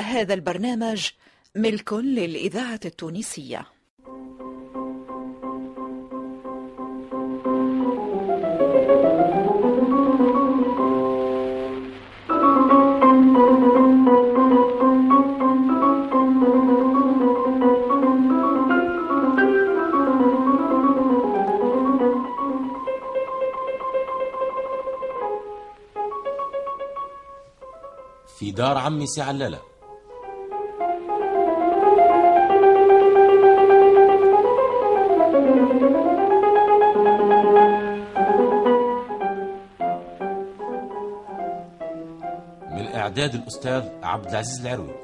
هذا البرنامج ملك للإذاعة التونسية في دار عمي سي علالة من إعداد الأستاذ عبد العزيز العروي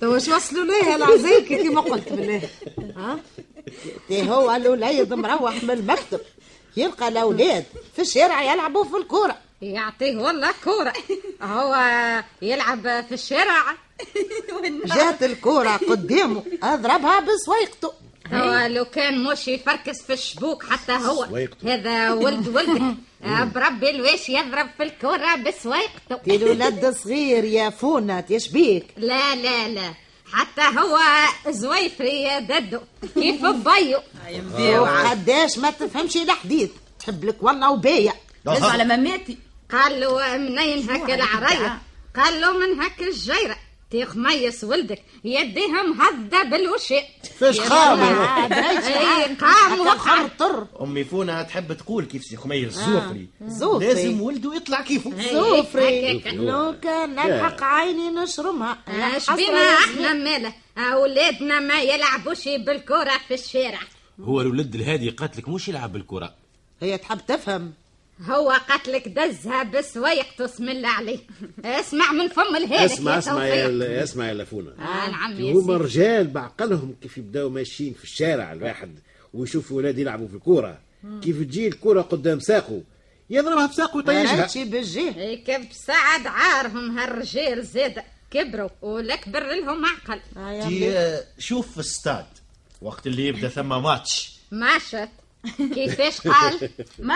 توا شو وصلوا ليه العزيك كيما قلت بالله ها تي إيه هو الوليد مروح من المكتب يلقى الاولاد في الشارع يلعبوا في الكوره يعطيه والله كورة هو يلعب في الشارع جات الكوره قدامه اضربها بسويقته هو لو كان مش يفركس في الشبوك حتى هو هذا ولد ولد آه، بربي الواش يضرب في الكورة بسويقته تي الولد صغير يا فونا تشبيك لا لا لا حتى هو زويفري ددو كيف بيو قداش ما تفهمش الحديث تحب لك والله وبايع لازم على مماتي قال له منين هك العرية قال له من هك الجيرة تي خميس ولدك يديها مهدة بالوشي فاش خامر اي قام وقع طر امي فونا تحب تقول كيف سي خمير الزوفري زوفري. لازم ولده يطلع كيفه زوفري هكاك. لو كان نلحق عيني نشرمها آه، حسرة شبينا يا احنا ماله اولادنا ما يلعبوش بالكره في الشارع هو الولد الهادي قاتلك مش يلعب بالكرة هي تحب تفهم هو قتلك دزها بسويق بسم الله عليه اسمع من فم الهالك اسمع اسمع يا توفيق. ال- اسمع يا لفونا آه، نعم يا هما سيدي. رجال بعقلهم كيف يبداو ماشيين في الشارع الواحد ويشوفوا ولاد يلعبوا في الكوره كيف تجي الكوره قدام ساقه يضربها بساقه طيب. ويطيشها رانشي بالجهه إي، كب سعد إيه، عارهم هالرجال زاد كبروا والاكبر لهم عقل تي آه، شوف في الستاد وقت اللي يبدا ثم ماتش ماشت كيفاش قال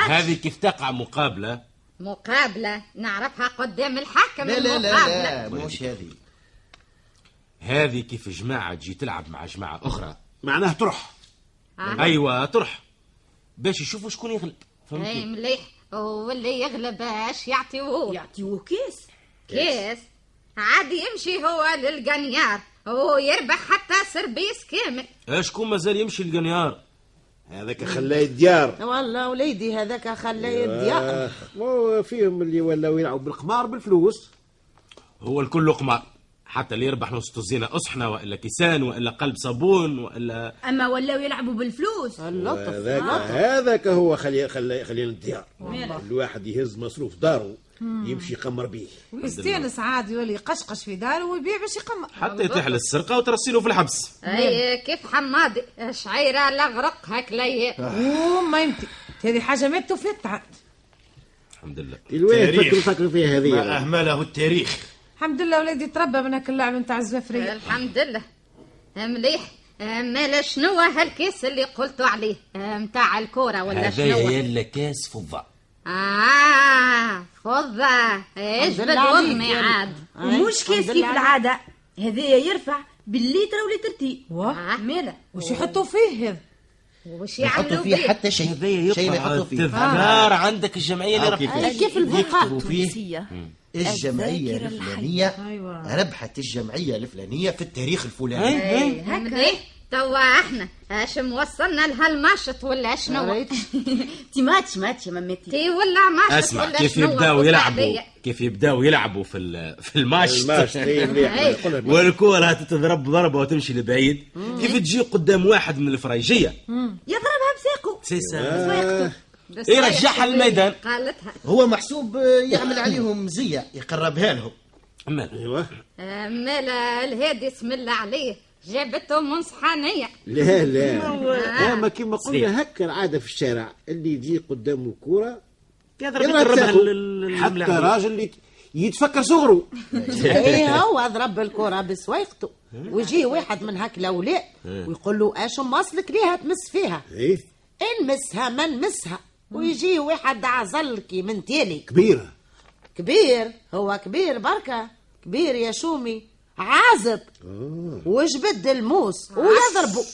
هذه كيف تقع مقابلة مقابله نعرفها قدام الحاكم لا لا لا المقابلة. لا مش هذه هذه كيف جماعة تجي تلعب مع جماعة أخرى معناه تروح آه. أيوة تروح باش يشوفوا شكون يغلب اي فهمتني مليح واللي يغلب اش يعطيوه يعطيوه كيس كيس عادي يمشي هو للقنيار ويربح حتى سربيس كامل شكون مازال يمشي القنيار هذاك خلاه الديار والله وليدي هذاك خلاه يضيع آخ، وهو فيهم اللي ولاو يلعبوا بالقمار بالفلوس هو الكل قمار حتى اللي يربح نص الزينة أصحنة وإلا كيسان وإلا قلب صابون وإلا اما ولاو يلعبوا بالفلوس اللطف هذاك آه. هذاك هو خلي خلي خلينا الديار الواحد يهز مصروف داره يمشي يقمر بيه ويستانس عادي يولي يقشقش في داره ويبيع باش يقمر حتى يتحل السرقة وترسيله في الحبس اي نعم. كيف حمادي شعيره لا غرق هاك ليا وما يمتي هذه حاجه ماتوا فاتت عاد الحمد لله الواحد تاريخ. فكر فكر فيها ما هذه اهمله التاريخ الحمد لله ولادي تربى من هاك اللعب نتاع الزفريه الحمد لله مليح مالا شنو هالكيس اللي قلتوا عليه متاع الكوره ولا شنو يلا كاس فضة اه فضه اجبد بالله عليك وضمي يا عاد ومش كيس كيف العاده هذايا آه. يرفع بالليتر وليترتي واه. ماله وش يحطوا فيه هذا آه. وش يعملوا بيه حتى شيء هذايا شيء ما يطلع يحطوا فيه آه. تذكار عندك الجمعية اللي أو ربحت كيفاش. إيه، كيف البقاء يكتبوا فيه الجمعية الذاكرة الفلانية أيوة. ربحت الجمعية الفلانية في التاريخ الفلاني إيه، إيه. مليح توا احنا اش موصلنا لهالماشط ولا شنو تي ماتش ماتش يا مماتي تي ولا ماشط اسمع ولا كيف شنو يبداو ولا يلعبوا شعبية. كيف يبداو يلعبوا في ال- في الماتش طيب إيه. قلنا والكورة تضرب ضربة وتمشي لبعيد كيف تجي قدام واحد من الفريجية يضربها بساقه سيسا بس إيه، رجعها هي للميدان. قالتها هو محسوب آه، يعمل عليهم زية يقربها لهم عمال. أيوة. آه، مالا الهادي اسم الله عليه جابته من صحانية لا لا لا ما كيما قلنا هكا العاده في الشارع اللي يجي قدامه كوره يضرب يضرب الربح ساقه. لل- للملاعب. حتى راجل يت- يتفكر صغره ايه هو ضرب الكرة بسويقته ويجي واحد من هاك الاولاد ويقول له اش مصلك ليها تمس فيها ايه انمسها ما نمسها ويجي واحد عزل كي من تاني كبيره كبير هو كبير بركة كبير يا شومي عازب وجبد الموس ويضربه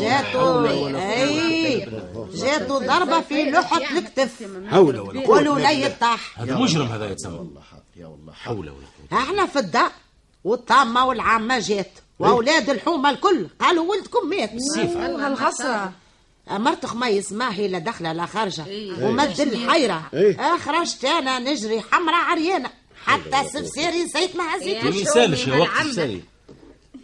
جاتو اي جاتو ضربة في لحة الكتف حول ولا قوه قولوا لا يطاح هذا مجرم هذا يتسمى والله حق يا والله حق حول ولا قوه احنا في الدار والطامة والعامة جات واولاد الحومة الكل قالوا ولدكم مات هالغصة مرت خميس ما هي لا داخله لا خارجه ومد الحيره إيه. خرجت انا نجري حمرة عريانه حتى سفسيري زيت ما هزيت ما يسالش يعني يا وقت السيد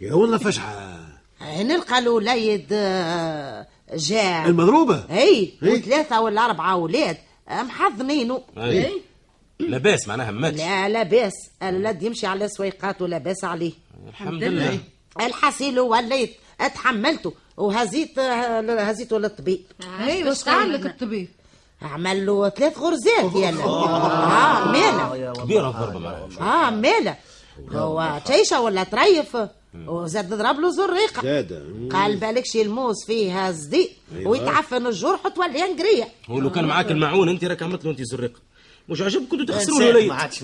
يا والله فشحه نلقى الوليد آه، جاء المضروبه اي إيه. وثلاثه ولا اربعه اولاد آه، محضنينه أي. لاباس معناها ماتش لا لاباس الولد يمشي على سويقاته لاباس عليه الحمد لله الحسيل وليت اتحملته وهزيت آه، هزيته للطبيب آه، إيه، اي إيه، واش قال لك الطبيب عمل له ثلاث غرزات يلا اه ماله كبيره الضربه معناها اه ماله هو تعيشة ولا تريف وزاد ضرب له زريقة زاد قال بالك شي الموس فيها زدي ويتعفن الجرح وتولي انقرية هو لو كان معاك المعون انت راك عملت له انت زريق مش عجبك كنتوا تخسروا ساعة ما الوليد عادش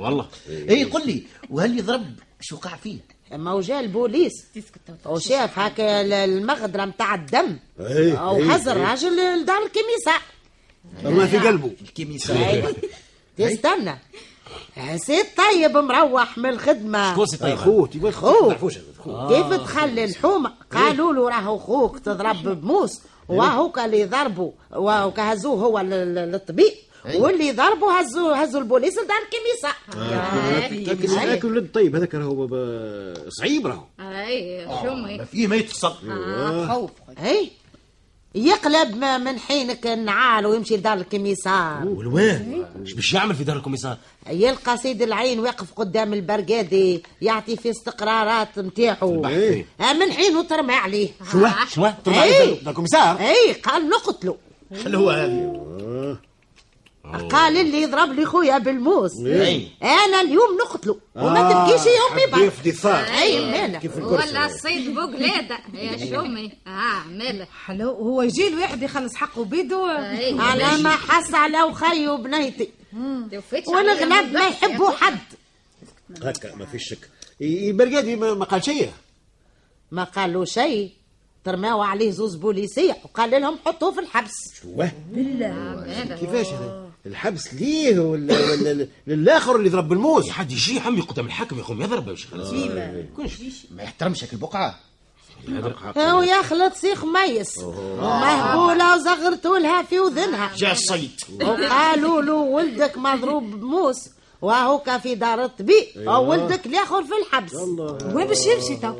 والله اي قل لي وهل يضرب شو قع فيه؟ اما وجا البوليس وشاف هكا ال- المغدرة متاع الدم إيه، إيه، وهز الراجل لدار الكميسة ما في قلبه الكيميساء تستنى سيد طيب مروح من الخدمة كوسي طيب اخوه تقول خوه. خوه معرفوش هذا خوه كيف تخلي الحومة قالوا له راهو خوك تضرب بموس وهوك اللي ضربوا وهوك هزوه هو لل- لل- للطبيب واللي ضربوا هزوا هزوا البوليس لدار الكميسة آه، لكن لكن الولد طيب هذاك راهو ب- صعيب راهو اي شومي ما فيه ما يتصل آه. آه. خوف اي إيه؟ يقلب م- من حينك النعال ويمشي لدار الكميسة والوين ايش باش يعمل في دار الكوميسار يلقى سيد العين واقف قدام البرقادي يعطي في استقرارات نتاعو إيه. من حينه ترمى عليه شنو آه. شنو تربع إيه. دار الكوميسار اي قال نقتله حلوة هذه قال اللي يضرب لي خويا بالموس إيه. انا اليوم نقتله وما آه، تبكيش يا إيه، امي بعد حبيف دي ثار. آه. اي مالا ولا الصيد بوقلادة يا شومي اه ماله حلو هو يجي الواحد يخلص حقه بيدو أيوه. اي انا ما حس على وخي وبنيتي توفيتش عليها والغلاب ما بالضبط يا يحبوا خويا. حد هكا ما فيش شك ي- البرقادي ما ما قال شيء ما قالوا شيء ترماو عليه زوز بوليسية وقال لهم حطوه في الحبس واه كيفاش هذا الحبس ليه ولا ولا ل- للاخر اللي ضرب الموس حد يجي عمي قدام الحاكم يا خويا يضرب باش آه، خلاص إيه. ما يكونش ما يحترمش هيك البقعة هو يخلط سيخ ميس ومهبولة وزغرتوا لها في وذنها جا الصيد وقالوا له ولدك مضروب بموس وهوكا في دار الطبيب أيوه. وولدك الاخر في الحبس وين باش يمشي تو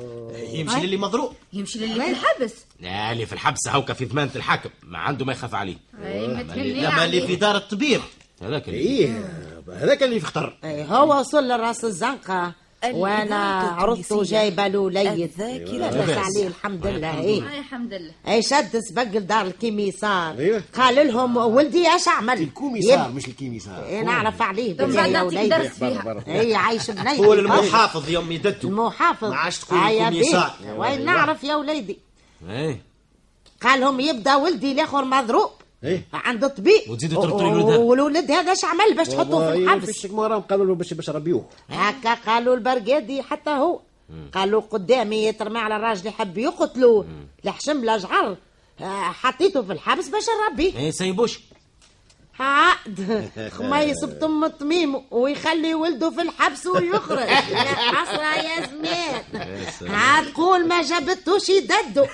يمشي للي مضروب يمشي للي في الحبس لا اللي في الحبس هاوكا في ذمانة الحاكم ما عنده ما يخاف عليه اي ما تهمني لما اللي عليه. في دار الطبيب هذاك اللي إيه. ايه هذاك اللي في خطر أي إيه، هو وصل لراس الزنقة وانا الإذاعة عرضت التونسية جايبه الوليد أيوة. الذاكرة لاباس لاباس. عليه الحمد لله ايه اي الحمد لله اي شد سبق لدار الكيميسار أيوة. أيوه. قال لهم ولدي اش عمل الكوميسار مش الكيميسار يب- إيه، نعرف عليه ثم بالله يا بدأت وليد درس فيها اي عايش بنيتي هو المحافظ يوم دته المحافظ ما عادش أيوة. تكون عيا الكوميسار. بيه. وين نعرف يا وليدي ايه قال لهم يبدا ولدي الاخر مضروب إيه. عند الطبيب وتزيدوا تربطوا و- الولدان. والولد هذا اش عمل باش تحطوه في والله ما الحبس فيش شك ما راهم قالوا له باش باش ربيوه هكا قالوا البرقادي حتى هو قالوا قدامي يترمى على الراجل يحب يقتلوه لحشم له جعر آه، حطيته في الحبس باش نربيه ايه سيبوش عقد خميس بتم التميم ويخلي ولده في الحبس ويخرج يا حسرة يا زمان عاد قول ما جبتوش يددو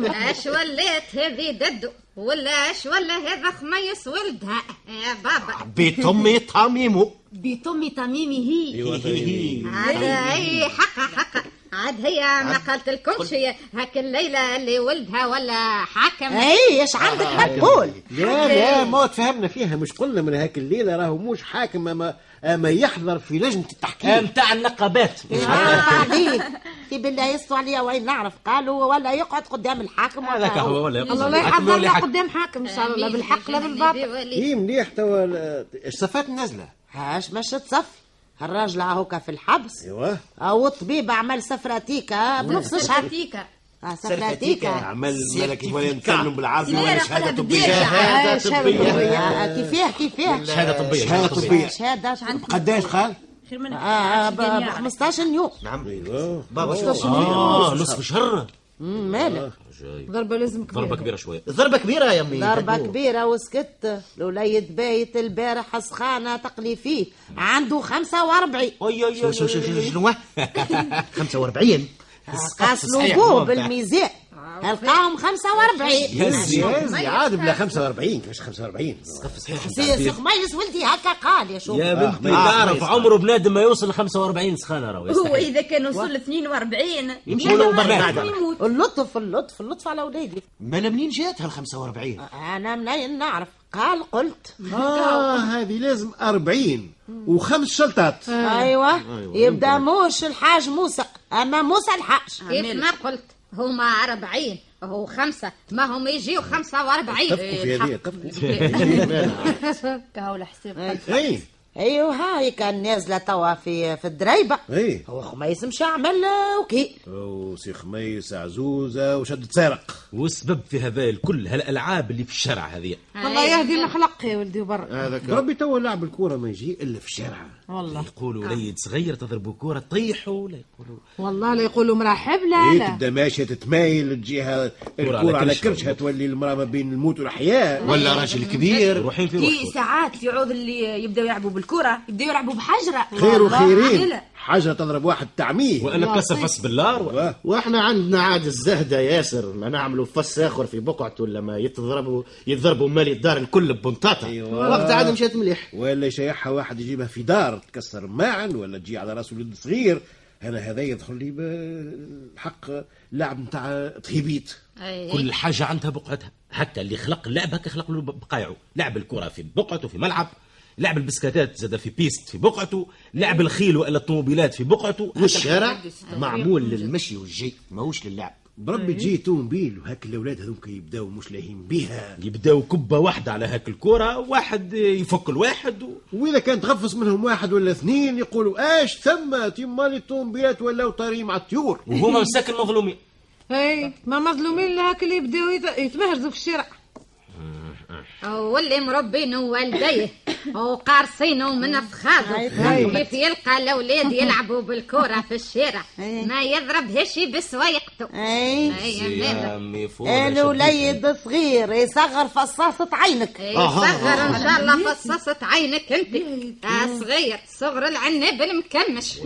اش ولات هذه ددو ولا اش ولا هذا خميس ولدها يا بابا بيتم طميمه بتمي تميمي هي عاد اي حقا حقا عاد هي ما قالت لكمش هاك الليله اللي ولدها ولا حاكم اي اش إيه، عندك مقبول لا لا ما تفهمنا فيها مش قلنا من هاك الليله راهو مش حاكم اما اما يحضر في لجنه التحكيم متاع النقابات آه، عليك حبيبتي بالله يسطوا عليا وين نعرف قالوا ولا يقعد قدام الحاكم ولا هذاك هو ولا يقصد الله لا الحكم ولا يحضرنا يحكم. قدام حاكم ان شاء الله لا بالحق لا بالباطل هي إيه، مليح توا ال- الصفات نازله هاش باش تصفي الراجل هاكا في الحبس ايوا او الطبيب عمل سفراتيكا بنفس الشهر شهر آه، سفراتيكا عمل ملك ولا نتكلم بالعربي ولا سيارة شهاده قلب طبيه آه، شهادة. آه، كيفاه كيفاه شهاده طبيه شهاده طبيه شهادة شهادة. قداش قال؟ خير منك آه، ب ب 15 يوم ايوا نعم. بابا شو اه نصف شهر مم، مالك ضربه لازم كبيرة. ضربه كبيره شويه ضربه كبيره يا امي ضربة كبيرة وسكت الوليد بايت البارح سخانة تقلي فيه عنده 45 اي اي شو- شو- شو- شو- شنو 45 قاس له بوه بالميزان لقاهم 45 يزي يزي عاد بلا 45 كيفاش 45 سي سي خميس ولدي هكا قال يا شوف يا بنتي آه، ما تعرف يسمع. عمره بنادم ما يوصل 45 سخانه راهو هو إيه؟ يستحيل. اذا كان وصل 42 يمشي له برا. يموت اللطف اللطف اللطف على ولادي من منين جات هال 45 انا منين نعرف قال قلت اه هذه لازم 40 وخمس شلطات ايوه أيوة. يبدا موش الحاج موسى اما موسى الحاج كيف ما قلت هما أربعين هو خمسة ما هم يجيو خمسة وأربعين اتفقوا في هذه اتفقوا كهو الحساب اي ايوه هاي كان نازله توا في في الدريبه اي هو خميس مشى عمل اوكي وسي خميس عزوزه وشدت سارق والسبب في هذا الكل هالالعاب اللي في الشارع هذه الله يهدي المخلق يا ولدي برا هذاك ربي توا لعب الكوره ما يجي الا في الشارع والله يقولوا وليد صغير تضربوا كوره تطيحوا لا يقولوا والله لا يقولوا مرحب لا هي لا تبدا ماشيه إيه، تتمايل الجهه الكوره على كرشها تولي المراه ما بين الموت والحياه ولا راجل كبير روحين في كي روحكم ساعات يعود اللي يبداو يلعبوا بالكره يبداو يلعبوا بحجره خير والله وخيرين عادلة. حاجه تضرب واحد تعميه وانا كسر فص بالنار و- واه. واحنا عندنا عاد الزهده ياسر ما نعملوا فص اخر في بقعته لما يتضربوا يتضربوا مالي الدار الكل ببنطاطه أيوة. وقت عاد مشات مليح ولا يشيحها واحد يجيبها في دار تكسر معا ولا تجي على راسه ولد صغير انا هذا يدخل لي بالحق لعب نتاع تهيبيت كل حاجه عندها بقعتها حتى اللي خلق اللعب هكا خلق له بقايعه لعب الكره في بقعته في ملعب لعب البسكتات زاد في بيست في بقعته لعب الخيل والا الطوموبيلات في بقعته والشارع معمول للمشي والجي ماهوش للعب بربي تجي تومبيل وهاك الاولاد هذوك يبداو مش لاهين بيها يبداو كبه واحده على هاك الكره واحد يفك الواحد و... واذا كان تغفص منهم واحد ولا اثنين يقولوا اش ثم تما لي الطومبيلات ولاو طاري مع الطيور وهما مساكن مظلومين اي ما مظلومين لا هاك اللي يبداو يت- يتمهرزوا في الشارع واللي مربين والديه وقارصينه من افخاذه كيف يلقى الاولاد يلعبوا بالكره في الشارع ما يضربهش بسوايقته اي أي عمامة. امي فوق الوليد صغير يصغر فصاصة عينك إيه، صغر ان شاء الله فصصت عينك انت آه، صغير صغر العنب المكمش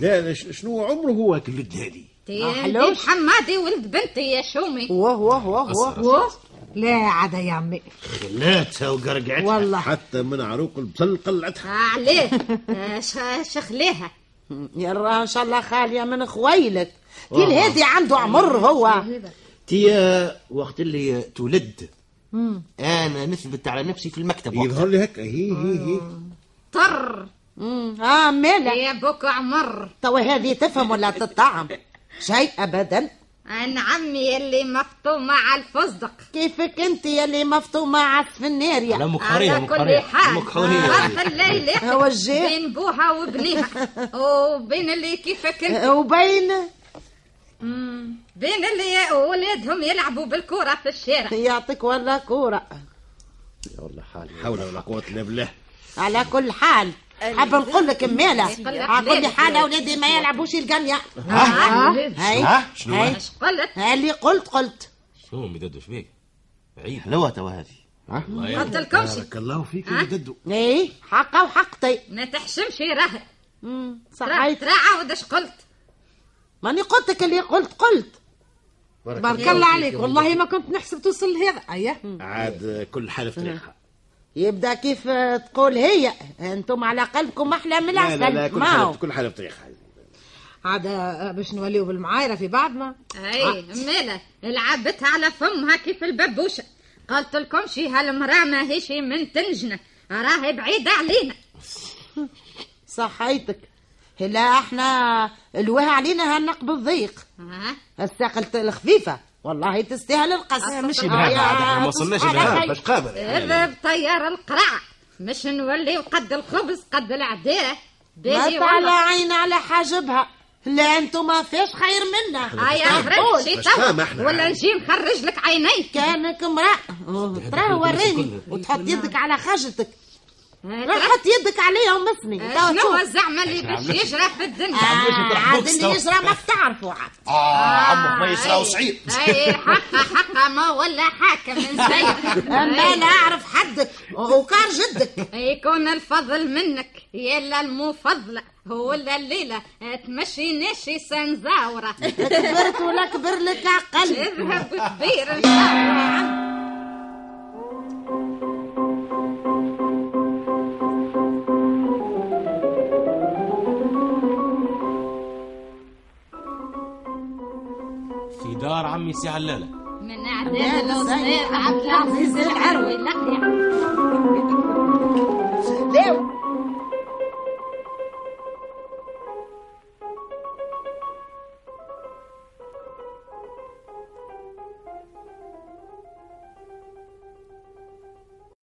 لا لا، ش- شنو عمره هو هاك الولد هذه تي حلوش. حمادي ولد بنتي يا شومي واه واه واه واه و لا عاد يا عمي خلاتها وقرقعتها والله حتى من عروق البصل قلعتها عليه آه، ش- شخليها يا راه ان شاء الله خاليه من خويلك كي الهادي عنده عمر هو تي وقت اللي تولد انا نثبت على نفسي في المكتب وقتها يظهر لي هكا هي هي هي طر مم. اه مالك يا بوك عمر توا هذه تفهم ولا تطعم شيء ابدا عن عمي اللي مفطومة على الفصدق كيفك انت يلي مفطومه عس في النار على يا مكحريه على كل مكحريه حال آه. مكحريه فرق الليل هو يحكي الجيب. بين بوها وبنيها وبين اللي كيفك انت أه. وبين بين اللي ولادهم يلعبوا بالكرة في الشارع يعطيك ولا كوره حول ولا قوه الا بالله على كل حال حاب نقول لك ماله يقلق على كل ليه. حال اولادي ما يلعبوش القميه ها؟ هاي ها شنو هاي اش قلت اللي قلت قلت شو مدد ايش بيك؟ عيب حلوه توا هذه قلت لكمش بارك الله فيك يا ددو اي حقه إيه؟ وحقتي ما تحشمش راه مم، ترى صحيت ترى عاود اش قلت ماني قلت لك اللي قلت قلت بارك الله عليك والله ما كنت نحسب توصل لهذا اياه عاد كل حاله في طريقها يبدا كيف آه، تقول هي انتم على قلبكم احلى من لا لا لا العسل كل ماو حاله كل حاله في طريقها عاد آه، باش نوليو بالمعايره في بعضنا آه. اي ماله لعبتها على فمها كيف الببوشة قلت لكم شي هالمرأة ماهيش من تنجنة راهي بعيدة علينا صحيتك لا احنا الواه علينا هالنقب الضيق ها الساق الت- الخفيفه والله تستاهل آه، القص ماشي بهذا عاد، ما وصلناش لهذا باش قابل اذا بطيار القرع مش نوليو قد الخبز قد العداء ما باهي طالع والله عين على حاجبها لا انتم ما فيش خير منا هيا هرب شي باش توا فاهم احنا ولا عاد. نجي نخرج لك عينيك كانك امراه تراه وريني وتحط يدك على خاجتك إيه. روح حط يدك عليها ومسني توا آه، شنو هو شوف. الزعم اللي باش يجرى في الدنيا آه، عاد اللي يجرى ما تعرفوا عاد عمك ما يسرى صعيب اي حقا حقا ما ولا حاكم من زيك اما لا اعرف حدك وكار جدك يكون الفضل منك يلا المفضلة هو ولا الليلة تمشي ناشي سنزاورة كبرت ولا كبر لك عقل اذهب كبير إن شاء الله. في دار عمي نعم سي علاله من أعداد الصغير عبد العزيز العروي لقيا